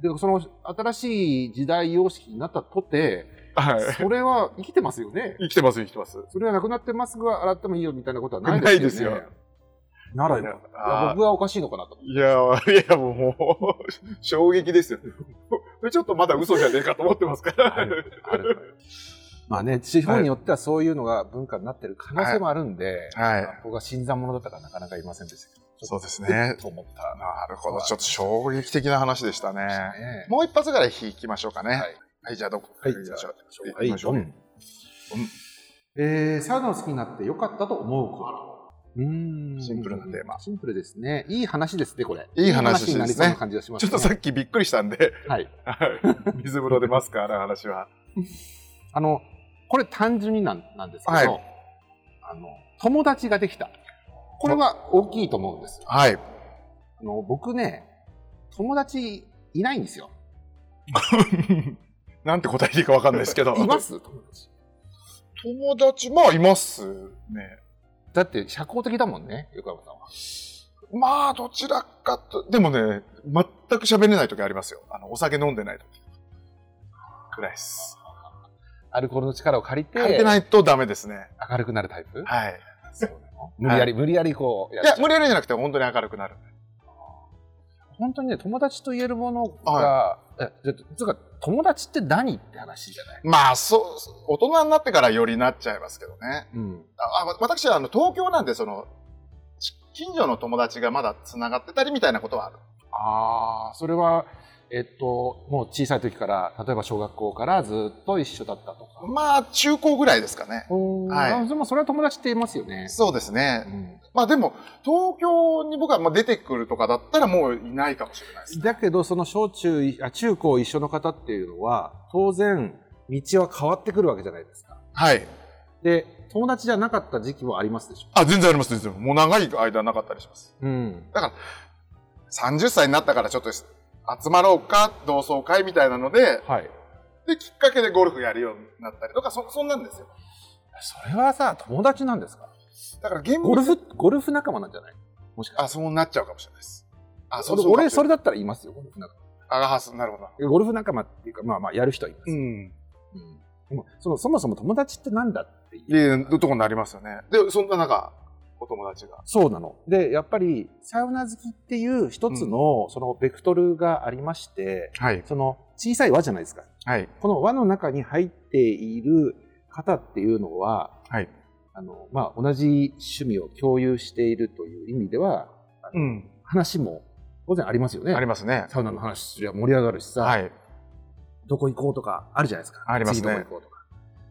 [SPEAKER 2] で、その新しい時代様式になったとて、
[SPEAKER 1] はい。
[SPEAKER 2] それは生きてますよね。
[SPEAKER 1] 生きてます、生きてます。
[SPEAKER 2] それはなくなってマスクは洗ってもいいよみたいなことはないですよね。
[SPEAKER 1] ないです
[SPEAKER 2] ならよかったいや
[SPEAKER 1] あー
[SPEAKER 2] 僕はおかしいのかな
[SPEAKER 1] (laughs)
[SPEAKER 2] と。
[SPEAKER 1] いや、いや、もう、衝撃ですよ。ちょっとまだ嘘じゃねえかと思ってますから。
[SPEAKER 2] あるあるのよまあね、地方によってはそういうのが文化になってる可能性もあるんで、
[SPEAKER 1] はい
[SPEAKER 2] まあ僕は新参者だったからなかなかいませんでしたけど。
[SPEAKER 1] そうですね
[SPEAKER 2] と思った。
[SPEAKER 1] なるほど。ちょっと衝撃的な話でしたね。
[SPEAKER 2] ね
[SPEAKER 1] もう一発ぐらい引きましょうかね。はいい。じゃあどこ
[SPEAKER 2] はい、
[SPEAKER 1] 行きましょう。
[SPEAKER 2] はい、
[SPEAKER 1] 行きましょう
[SPEAKER 2] ドンえー、サウナを好きになって良かったと思うこと。うーん
[SPEAKER 1] シンプルなテーマ
[SPEAKER 2] シンプルですね。いい話ですね、これ。
[SPEAKER 1] いい話ですね
[SPEAKER 2] になりそうな感じがします
[SPEAKER 1] ちょ
[SPEAKER 2] ね。
[SPEAKER 1] っとさっきびっくりしたんで、
[SPEAKER 2] はい。
[SPEAKER 1] はい水風呂でマスク洗う話は。
[SPEAKER 2] あの、これ単純になんなんですけど、
[SPEAKER 1] はい
[SPEAKER 2] あの、友達ができた。これは大きいと思うんですよ。
[SPEAKER 1] はい。
[SPEAKER 2] あの、僕ね、友達いないんですよ。
[SPEAKER 1] なんて答えていいかわかんないですけど。
[SPEAKER 2] います友達。
[SPEAKER 1] 友達、まあいますね。
[SPEAKER 2] だって社交的だもんね、横山さんは。
[SPEAKER 1] まあどちらかと、でもね、全く喋れない時ありますよ。あの、お酒飲んでない時。くらいです。
[SPEAKER 2] アルコールの力を借りて、
[SPEAKER 1] 借りてないとダメですね。
[SPEAKER 2] 明るくなるタイプ
[SPEAKER 1] はい。
[SPEAKER 2] そうなの無理やり、無理やりこう
[SPEAKER 1] いや、
[SPEAKER 2] っちゃう
[SPEAKER 1] 無理やりじゃなくて本当に明るくなる。
[SPEAKER 2] 本当にね、友達と言えるものが、
[SPEAKER 1] は
[SPEAKER 2] えちょっとつうか、友達って何って話じゃない、
[SPEAKER 1] まあ、そう、大人になってからよりなっちゃいますけどね。
[SPEAKER 2] うん、
[SPEAKER 1] ああわ私はあの東京なんで、その、ち近所の友達がまだ繋がってたりみたいなことはある。
[SPEAKER 2] ああ、それは、えっと、もう小さい時から、例えば小学校からずっと一緒だったとか。
[SPEAKER 1] まあ、中高ぐらいですかね。はい
[SPEAKER 2] あでもそれは友達って言いますよね。
[SPEAKER 1] そうですね
[SPEAKER 2] う。ん
[SPEAKER 1] まあでも、東京に僕はまあ出てくるとかだったらもういないかもしれないですね。
[SPEAKER 2] だけど、その小中、あ中高一緒の方っていうのは、当然、道は変わってくるわけじゃないですか。
[SPEAKER 1] はい。
[SPEAKER 2] で、友達じゃなかった時期もありますでしょ。
[SPEAKER 1] あ、全然あります、全然。もう長い間なかったりします。
[SPEAKER 2] うん。
[SPEAKER 1] 30歳になったからちょっと集まろうか、同窓会みたいなので、
[SPEAKER 2] はい。
[SPEAKER 1] で、きっかけでゴルフやるようになったりとか、そ、そんなんですよ。
[SPEAKER 2] それはさ、友達なんですか
[SPEAKER 1] だからゲーム
[SPEAKER 2] ゴルフ、ゴルフ仲間なんじゃないもしかして。
[SPEAKER 1] あ、そうなっちゃうかもしれないです。あ、
[SPEAKER 2] そ
[SPEAKER 1] そう
[SPEAKER 2] れ
[SPEAKER 1] そう
[SPEAKER 2] 俺、そ
[SPEAKER 1] れ。
[SPEAKER 2] れだったら言いますよ、ゴルフ仲
[SPEAKER 1] あがはす、なるほど。
[SPEAKER 2] 間。ゴルフ仲間っていうか、まあまあ、やる人はいます。
[SPEAKER 1] ん。
[SPEAKER 2] うんでもそのそもそも友達ってなんだっていう。
[SPEAKER 1] いいとこになりますよね。で、そんな中、お友達が。
[SPEAKER 2] そうなの。で、やっぱり、サウナ好きっていう一つの、そのベクトルがありまして、
[SPEAKER 1] はい。
[SPEAKER 2] その小さい輪じゃないですか。
[SPEAKER 1] はい。
[SPEAKER 2] この輪の中に入っている方っていうのは、
[SPEAKER 1] はい。
[SPEAKER 2] あの、まあ、同じ趣味を共有しているという意味では、
[SPEAKER 1] うん。
[SPEAKER 2] 話も当然ありますよね。
[SPEAKER 1] ありますね。
[SPEAKER 2] サウナの話すりゃ盛り上がるしさ、
[SPEAKER 1] はい。
[SPEAKER 2] どこ行こうとかあるじゃないですか。
[SPEAKER 1] ありますね
[SPEAKER 2] 次どこ行こうとか。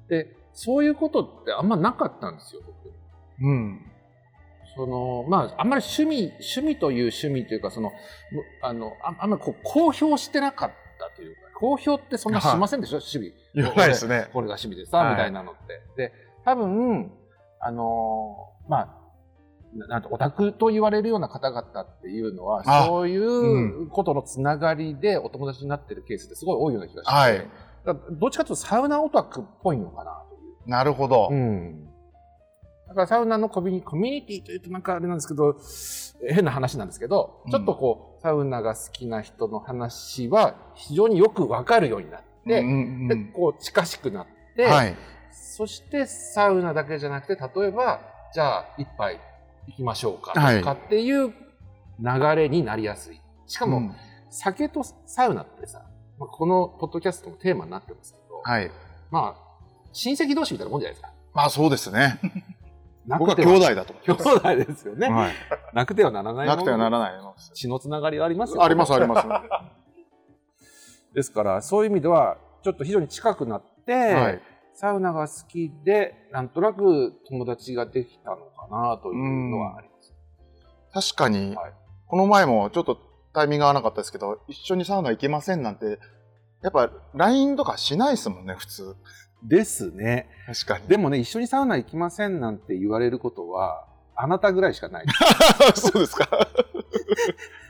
[SPEAKER 2] で、そういうことってあんまなかったんですよ、僕。
[SPEAKER 1] うん。
[SPEAKER 2] そのまあ、あんまり趣味趣味という趣味というかそのむあのああんまりこう公表してなかったというか公表ってそんなしませんでしょ、趣味
[SPEAKER 1] 言わないですね。
[SPEAKER 2] これが趣味でさ、
[SPEAKER 1] はい
[SPEAKER 2] みたいなのってで多分あのーまあななんてオタクと言われるような方々っていうのは
[SPEAKER 1] あ
[SPEAKER 2] そういううことのつながりでお友達になってるケースってすごい多いような気がして、
[SPEAKER 1] はい
[SPEAKER 2] だからどっちかというとサウナオタクっぽいのかなという
[SPEAKER 1] なるほど。
[SPEAKER 2] うん。だからサウナのコミュニコミュニティというとなんかあれなんですけど、変な話なんですけど、
[SPEAKER 1] うん
[SPEAKER 2] ちょっとこう、サウナが好きな人の話は非常によくわかるようになって、
[SPEAKER 1] うんうんう
[SPEAKER 2] で
[SPEAKER 1] ん
[SPEAKER 2] こう近しくなって、
[SPEAKER 1] はい。
[SPEAKER 2] そしてサウナだけじゃなくて、例えば、じゃあ一杯行きましょうか
[SPEAKER 1] はい
[SPEAKER 2] とかっていう流れになりやすい。しかも、
[SPEAKER 1] うん
[SPEAKER 2] 酒とサウナってさ、まあこのポッドキャストのテーマになってますけど、
[SPEAKER 1] はい。
[SPEAKER 2] まあ、親戚同士みたいなもんじゃないですか。
[SPEAKER 1] まあそうですね。
[SPEAKER 2] な
[SPEAKER 1] 僕は
[SPEAKER 2] くて
[SPEAKER 1] 兄弟だと思
[SPEAKER 2] 兄
[SPEAKER 1] ってます。
[SPEAKER 2] 弟ですよね。
[SPEAKER 1] はい
[SPEAKER 2] なくてはならないも
[SPEAKER 1] な
[SPEAKER 2] の
[SPEAKER 1] くてはならないのです
[SPEAKER 2] 血のつながりはありますよ
[SPEAKER 1] ありますあります。
[SPEAKER 2] ですから、そういう意味では、ちょっと非常に近くなって、
[SPEAKER 1] はい。
[SPEAKER 2] サウナが好きで、なんとなく友達ができたのかなというのはあります。
[SPEAKER 1] 確かに
[SPEAKER 2] はい、
[SPEAKER 1] この前もちょっとタイミング合わなかったですけど、一緒にサウナ行けませんなんて、やっぱ LINE とかしないですもんね、普通。
[SPEAKER 2] ですね。
[SPEAKER 1] 確かに。
[SPEAKER 2] でもね、一緒にサウナ行きませんなんて言われることは、あなたぐらいしかない。
[SPEAKER 1] (laughs) そう (laughs) ですか。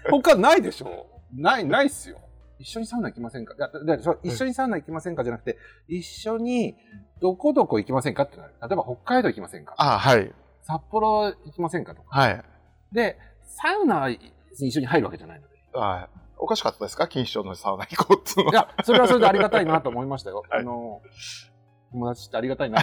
[SPEAKER 2] 他ないでしょない、ないっすよ。一緒にサウナ行きませんかいやだだそう一緒にサウナ行きませんかじゃなくて、一緒にどこどこ行きませんかってなる。例えば北海道行きませんか
[SPEAKER 1] あはい。
[SPEAKER 2] 札幌行きませんかとか。
[SPEAKER 1] はい。
[SPEAKER 2] で、サウナは一緒に入るわけじゃないので。
[SPEAKER 1] はい。おかしかったですか錦糸町のサウナ行こうっていうの
[SPEAKER 2] い
[SPEAKER 1] は。
[SPEAKER 2] や、それはそれでありがたいなと思いましたよ。
[SPEAKER 1] はい
[SPEAKER 2] あの、友達ってありがたいな。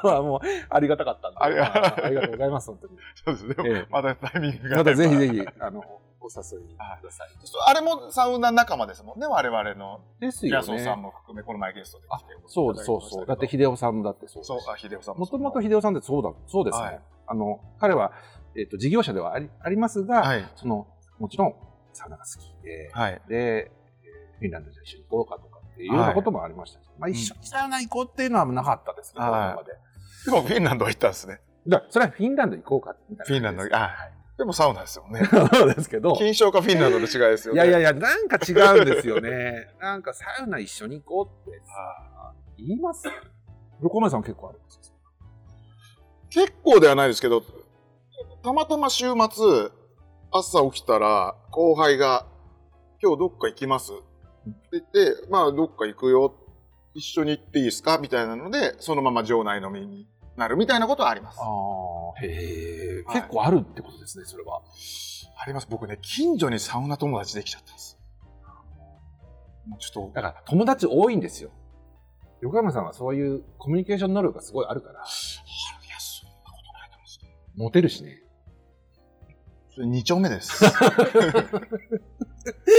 [SPEAKER 2] とはもう、 (laughs) ありがたかったんで。
[SPEAKER 1] ありが
[SPEAKER 2] まあありがとうござい (laughs) ます、本当に。
[SPEAKER 1] (laughs) そうですね。
[SPEAKER 2] ええ
[SPEAKER 1] まだタイミングが。
[SPEAKER 2] またぜひぜひ、あの、お誘いください。
[SPEAKER 1] あれもサウナ仲間ですもんね、我々の。
[SPEAKER 2] ですよ
[SPEAKER 1] 平
[SPEAKER 2] ね。
[SPEAKER 1] 荘さんも含め、この前ゲストで来て
[SPEAKER 2] そうですそうそう。だって、秀夫さんもだってそうです
[SPEAKER 1] そう、あ、秀夫さん
[SPEAKER 2] もともと
[SPEAKER 1] 秀
[SPEAKER 2] 秀夫さんってそうだ、そうですね。
[SPEAKER 1] はい
[SPEAKER 2] あの、彼は、えっ、と、事業者ではありありますが、
[SPEAKER 1] はい。
[SPEAKER 2] その、もちろん、サウナが好きで、
[SPEAKER 1] はい。
[SPEAKER 2] で、えーフィンランドじゃ一緒に行こうかとかっていうようなこともありましたし、まあ
[SPEAKER 1] うん
[SPEAKER 2] 一緒にサウナ行こうっていうのはなかったですけど、
[SPEAKER 1] はい
[SPEAKER 2] 今まで。
[SPEAKER 1] でも、フィンランドは行ったんですね。
[SPEAKER 2] だからそれはフィンランド行こうかみたいな。
[SPEAKER 1] フィンランド、あ、でもサウナですよね。
[SPEAKER 2] ド。そうですけど。
[SPEAKER 1] 金賞かフィンランドの違いですよ
[SPEAKER 2] い
[SPEAKER 1] ね。
[SPEAKER 2] やいや
[SPEAKER 1] や。
[SPEAKER 2] いや、なんか違うんですよね。なんかサウナ一緒に行こうって言います横野さん結構あるんですよ
[SPEAKER 1] 結構ではないですけど、たまたま週末、朝起きたら、後輩が、今日どっか行きますって言って、まあ、どっか行くよ。一緒に行っていいですかみたいなので、そのまま場内飲みになるみたいなことはあります。
[SPEAKER 2] ああ、へえ、
[SPEAKER 1] はい
[SPEAKER 2] 結構あるってことですね、それは。
[SPEAKER 1] あります。僕ね、近所にサウナ友達できちゃったんです。もうちょっ
[SPEAKER 2] だから友達多いんですよ。横山さんはそういうコミュニケーション能力がすごいあるから、
[SPEAKER 1] と、いや、そんなことないと思うんですけど
[SPEAKER 2] モテるしね。
[SPEAKER 1] それ二丁目
[SPEAKER 2] (laughs)
[SPEAKER 1] です。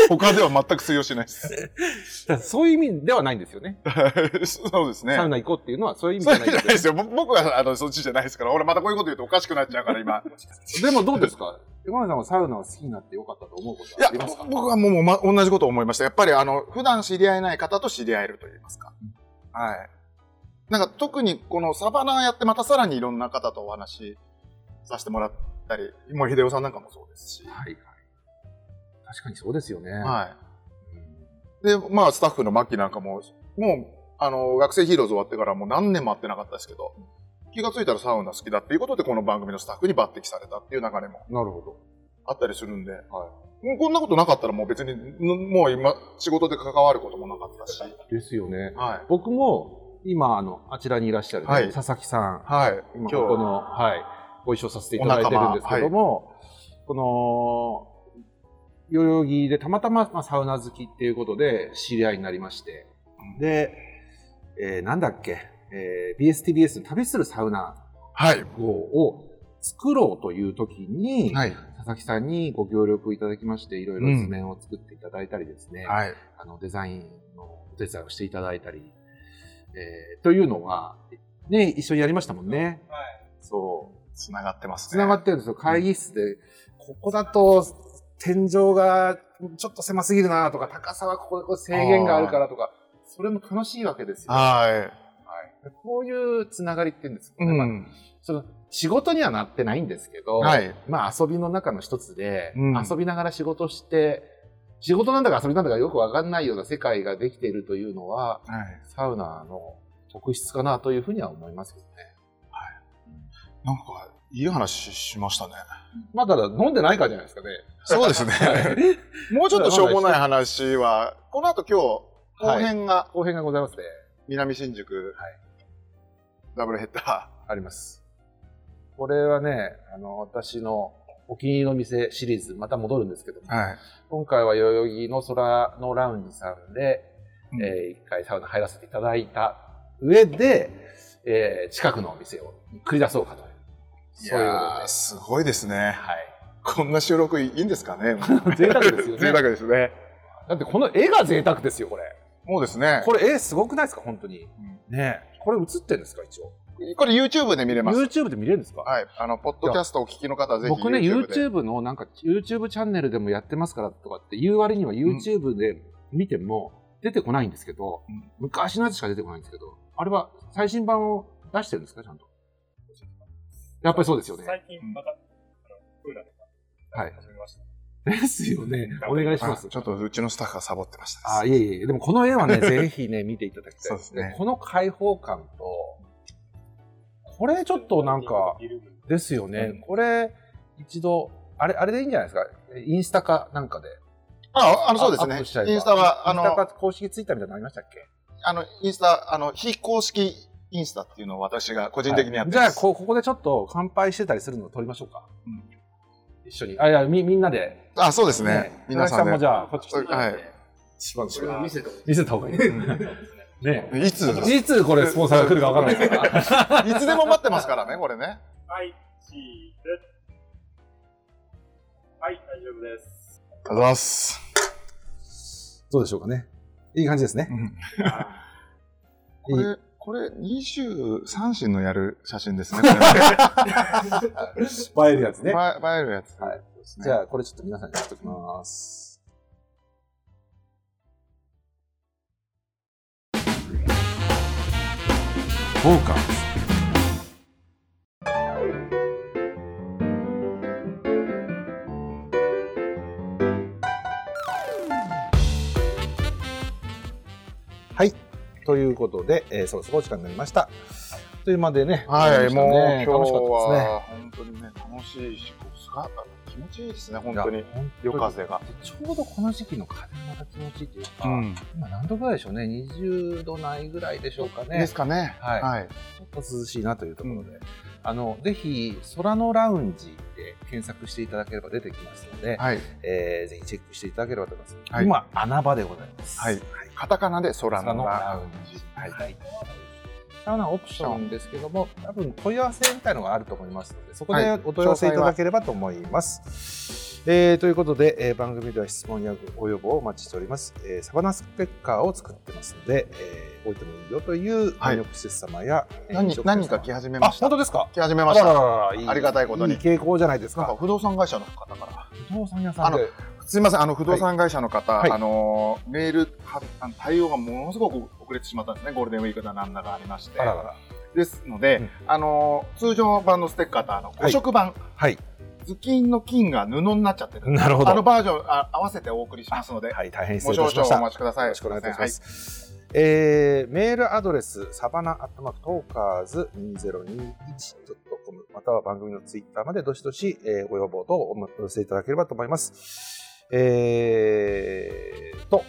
[SPEAKER 1] 他では全く通用しないです。
[SPEAKER 2] からそういう意味ではないんですよね。
[SPEAKER 1] そうですね。
[SPEAKER 2] サウナ行こうっていうのはそういう意味
[SPEAKER 1] そ
[SPEAKER 2] じ
[SPEAKER 1] う
[SPEAKER 2] ゃ
[SPEAKER 1] いう
[SPEAKER 2] な
[SPEAKER 1] 意
[SPEAKER 2] い
[SPEAKER 1] 味じゃないで
[SPEAKER 2] です
[SPEAKER 1] すよ。ぼ僕は、あの、そっちじゃないですから。俺またこういうこと言うとおかしくなっちゃうから、今。
[SPEAKER 2] よ。でもどうですか山根さんはサウナを好きになってよかったと思うこと
[SPEAKER 1] い
[SPEAKER 2] は
[SPEAKER 1] や
[SPEAKER 2] ありますか、
[SPEAKER 1] 僕はもう、ま、同じことを思いました。やっぱり、あの、普段知り合えない方と知り合えると言いますか。はい。なんか、特にこのサバナやって、またさらにいろんな方とお話しさせてもらったり、もう秀夫さんなんかもそうですし。
[SPEAKER 2] はいはい。確かにそうですよね。
[SPEAKER 1] はい。で、まあ、スタッフのマッキーなんかも、もう、あの、学生ヒーローズ終わってからもう何年も会ってなかったですけど、気がついたらサウナ好きだっていうことで、この番組のスタッフに抜擢されたっていう流れも
[SPEAKER 2] なるほど。
[SPEAKER 1] あったりするんで、
[SPEAKER 2] は
[SPEAKER 1] もうこんなことなかったらもう別に、んもう今、仕事で関わることもなかったし、
[SPEAKER 2] い。ですよね。
[SPEAKER 1] はい。
[SPEAKER 2] 僕も今あのあちらにいらっしゃる、ね
[SPEAKER 1] はい
[SPEAKER 2] 佐々木さん、
[SPEAKER 1] はい。
[SPEAKER 2] 今
[SPEAKER 1] 今
[SPEAKER 2] ここ
[SPEAKER 1] 日、
[SPEAKER 2] の、はい、ご一緒させていただいてるんですけども、この代々木でたまたま、まあ、サウナ好きっていうことで知り合いになりましてで、えーなんだっけ、えー BSTBS の旅するサウナ
[SPEAKER 1] はい。
[SPEAKER 2] 号を作ろうという時に、
[SPEAKER 1] はい。
[SPEAKER 2] 佐々木さんにご協力いただきましていろいろ図面を作っていただいたりですね、
[SPEAKER 1] はい。
[SPEAKER 2] あのデザインのお手伝いをしていただいたり、えーというのが、ね、一緒にやりましたもんね。そう。
[SPEAKER 1] つながってます
[SPEAKER 2] つ
[SPEAKER 1] ね。
[SPEAKER 2] ながってるんですよ。会議室で、ここだと天井がちょっと狭すぎるなとか、高さはここここ制限があるからとか、それも楽しいわけですよ。
[SPEAKER 1] は
[SPEAKER 2] はい、こういうつながりって言うんです
[SPEAKER 1] い。
[SPEAKER 2] かね、まあその仕事にはなってないんですけど、
[SPEAKER 1] はい。
[SPEAKER 2] まあ遊びの中の一つで、
[SPEAKER 1] うん
[SPEAKER 2] 遊びながら仕事して、仕事なんだか遊びなんだかよくわかんないような世界ができているというのは、
[SPEAKER 1] はい。
[SPEAKER 2] サウナの特質かなというふうには思いますけどね。
[SPEAKER 1] なんか、いい話し
[SPEAKER 2] (laughs)
[SPEAKER 1] ましたね。
[SPEAKER 2] まあ、ただ飲んでないからじゃないですかね。
[SPEAKER 1] (laughs) そうですね。もうちょっとしょうもない話は、この後今
[SPEAKER 2] はい
[SPEAKER 1] 日、後編が
[SPEAKER 2] 後編がございますね。
[SPEAKER 1] 南新宿、ダブルヘッダ
[SPEAKER 2] あります。これはね、あの、私のお気に入りの店シリーズ、また戻るんですけども、
[SPEAKER 1] ー。はい。
[SPEAKER 2] 今回は代々木の空のラウンジさんで、
[SPEAKER 1] うん
[SPEAKER 2] えー一回サウナ入らせていただいた上で、えー近くのお店を繰り出そうかという。
[SPEAKER 1] い
[SPEAKER 2] そういうこと
[SPEAKER 1] や
[SPEAKER 2] で
[SPEAKER 1] ー、
[SPEAKER 2] す。
[SPEAKER 1] すごいですね。
[SPEAKER 2] はい。 (laughs)
[SPEAKER 1] こんな収録いいんですかね
[SPEAKER 2] 贅沢ですよね
[SPEAKER 1] (laughs) 贅沢ですね。
[SPEAKER 2] だってこの絵が贅沢ですよ、これ。
[SPEAKER 1] もうですね。
[SPEAKER 2] これ絵すごくないですか、本当に。ねえこれ映ってるんですか、一応。
[SPEAKER 1] これ YouTube で見れます。
[SPEAKER 2] YouTube で見れるんですか
[SPEAKER 1] はい。あの、ポッドキャストをお聞きの方はぜひ
[SPEAKER 2] 僕ね、
[SPEAKER 1] YouTube で。
[SPEAKER 2] YouTube の、なんか、YouTube チャンネルでもやってますからとかって言う割には YouTube で見ても出てこないんですけど、
[SPEAKER 1] うん
[SPEAKER 2] 昔のやつしか出てこないんですけど、あれは最新版を出してるんですか、ちゃんと。やっぱりそうですよね。
[SPEAKER 4] 最近また、あの、クーラーとか、
[SPEAKER 2] はい
[SPEAKER 4] 始めました。です
[SPEAKER 2] ですよね。お願いします
[SPEAKER 1] あ。ちょっとうちのスタッフがサボってました。
[SPEAKER 2] あ、いえいえ。でもこの絵は (laughs) ね、ぜひね、見ていただきたいです
[SPEAKER 1] そうです
[SPEAKER 2] ね
[SPEAKER 1] ね。
[SPEAKER 2] この開放感と、これちょっとなんか、ですよね。これ、一度、あれ、あれでいいんじゃないですか。インスタかなんかで。
[SPEAKER 1] あ、あの、そうで
[SPEAKER 2] アップしち
[SPEAKER 1] す
[SPEAKER 2] ゃえ
[SPEAKER 1] ね。
[SPEAKER 2] ば
[SPEAKER 1] インスタは、あ
[SPEAKER 2] インスタ
[SPEAKER 1] の、
[SPEAKER 2] か公式ツイッターみたいなのありましたっけ
[SPEAKER 1] あの、インスタ、あの、非公式インスタっていうのを私が個人的にやって
[SPEAKER 2] はいじゃ
[SPEAKER 1] ま
[SPEAKER 2] あ
[SPEAKER 1] す。
[SPEAKER 2] こう、ここでちょっと乾杯してたりするのを撮りましょうか。
[SPEAKER 1] うん
[SPEAKER 2] 一緒に。あ、いや、み、みんなで。
[SPEAKER 1] あ、そうですね。皆さん
[SPEAKER 2] 佐々木も
[SPEAKER 1] で。
[SPEAKER 2] じゃあ、こっち来ていただいて
[SPEAKER 1] は
[SPEAKER 2] 一番これは
[SPEAKER 4] 見せた
[SPEAKER 2] 見せた方がいい。ね
[SPEAKER 1] (laughs) いつ、い
[SPEAKER 2] いつこれスポンサーが来るかわかんないから。
[SPEAKER 1] つでも待ってますからね、これね。
[SPEAKER 4] はい、チーズ。はい、大丈夫です。
[SPEAKER 1] ありがとうございます。
[SPEAKER 2] どうでしょうかね。いい感じですね。
[SPEAKER 1] こ
[SPEAKER 2] いい
[SPEAKER 1] れ、これ、23神のやる写真ですね。
[SPEAKER 2] 映えるやつ
[SPEAKER 1] 映え映えるやつ。
[SPEAKER 2] はい
[SPEAKER 1] ね
[SPEAKER 2] じゃあ、これちょっと皆さんにやっときます。フォーカス。はい。ということで、えー、そろそろお時間になりました。というまでね。
[SPEAKER 1] はい、もう今日
[SPEAKER 2] 楽しかったですね。
[SPEAKER 1] は本当にね、楽しいし、こうすが気持ちいいですね、本当
[SPEAKER 2] い
[SPEAKER 1] に
[SPEAKER 2] や。本当に
[SPEAKER 1] 夜風が。
[SPEAKER 2] ちょうどこの時期の風がまた気持ちいいというか、
[SPEAKER 1] うん
[SPEAKER 2] 今何度ぐらいでしょうね、20度ないぐらいでしょうか
[SPEAKER 1] で
[SPEAKER 2] ね、
[SPEAKER 1] す
[SPEAKER 2] ち
[SPEAKER 1] かね。
[SPEAKER 2] はい
[SPEAKER 1] はい。
[SPEAKER 2] ょっと涼しいなというところで、あのぜひ、空のラウンジで検索していただければ出てきますので、
[SPEAKER 1] はい。
[SPEAKER 2] えーぜひチェックしていただければと思います。
[SPEAKER 1] はい
[SPEAKER 2] 今、穴場でございます。
[SPEAKER 1] はいカタカナで空のラウンジ。
[SPEAKER 2] はい。使うのはオプションですけども、多分問い合わせみたいのがあると思いますので、そこ
[SPEAKER 1] は
[SPEAKER 2] で
[SPEAKER 1] い
[SPEAKER 2] お問い合わせいただければと思います。えーということで、えー番組では質問やご要望をお待ちしております。えーサバナステッカーを作ってますので、えー置いてもいいよという
[SPEAKER 1] はい
[SPEAKER 2] 入浴施設様や、えー飲
[SPEAKER 1] 何
[SPEAKER 2] 食店様
[SPEAKER 1] 何人か来始め
[SPEAKER 2] あ、
[SPEAKER 1] ました
[SPEAKER 2] 本当ですか
[SPEAKER 1] 来始めました
[SPEAKER 2] あらららい
[SPEAKER 1] ありがたいことに
[SPEAKER 2] いい傾向じゃないです
[SPEAKER 1] なんか
[SPEAKER 2] か。
[SPEAKER 1] 不動産会社の方から
[SPEAKER 2] 不動産屋さんで。
[SPEAKER 1] すみませんあの不動産会社の方、
[SPEAKER 2] はい
[SPEAKER 1] あのーメールはあの対応がものすごく遅れてしまったんですねゴールデンウィークだなんだがありまして
[SPEAKER 2] あららら。
[SPEAKER 1] ですので、
[SPEAKER 2] うん
[SPEAKER 1] あのー通常版のステッカーとあの5色版、
[SPEAKER 2] はい。
[SPEAKER 1] 頭巾の金が布になっちゃってる
[SPEAKER 2] なるほど
[SPEAKER 1] あのバージョンあ合わせてお送りしますので、
[SPEAKER 2] はい、大変失
[SPEAKER 1] もう
[SPEAKER 2] 礼いた
[SPEAKER 1] 少
[SPEAKER 2] しま
[SPEAKER 1] 々
[SPEAKER 2] した。
[SPEAKER 1] お待ちください
[SPEAKER 2] よろしくお願いいたします。えーメールアドレス、サバナアットマークトーカーズ 2021.com または番組のツイッターまでどしどし、えーご要望とおお寄せいただければと思います。えーと、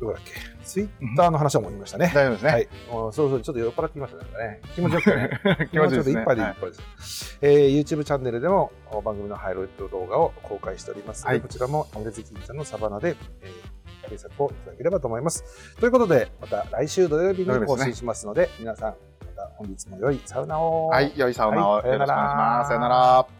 [SPEAKER 2] どこだっけツイッターの話はもう言いましたね。
[SPEAKER 1] 大丈夫ですね、
[SPEAKER 2] はい。もうそろそろちょっと酔っ払ってきましたね。気持ちよくね。
[SPEAKER 1] (laughs) (laughs) 気持ちいい
[SPEAKER 2] ちょっ
[SPEAKER 1] ですね
[SPEAKER 2] と一杯で一杯です、えー YouTube チャンネルでもお番組のハイライト動画を公開しておりますので、
[SPEAKER 1] はい
[SPEAKER 2] こちらもアムレズキンちゃんのサバナで、えー検索をいただければと思います。ということで、また来週土曜日
[SPEAKER 1] 土曜日
[SPEAKER 2] に
[SPEAKER 1] ですね
[SPEAKER 2] 更新しますので、皆さん、また本日も良いサウナを。
[SPEAKER 1] はい、良いサウナをよろしくお願いします。
[SPEAKER 2] はい
[SPEAKER 1] さ
[SPEAKER 2] さ
[SPEAKER 1] よ
[SPEAKER 2] よ
[SPEAKER 1] な
[SPEAKER 2] なら
[SPEAKER 1] ら。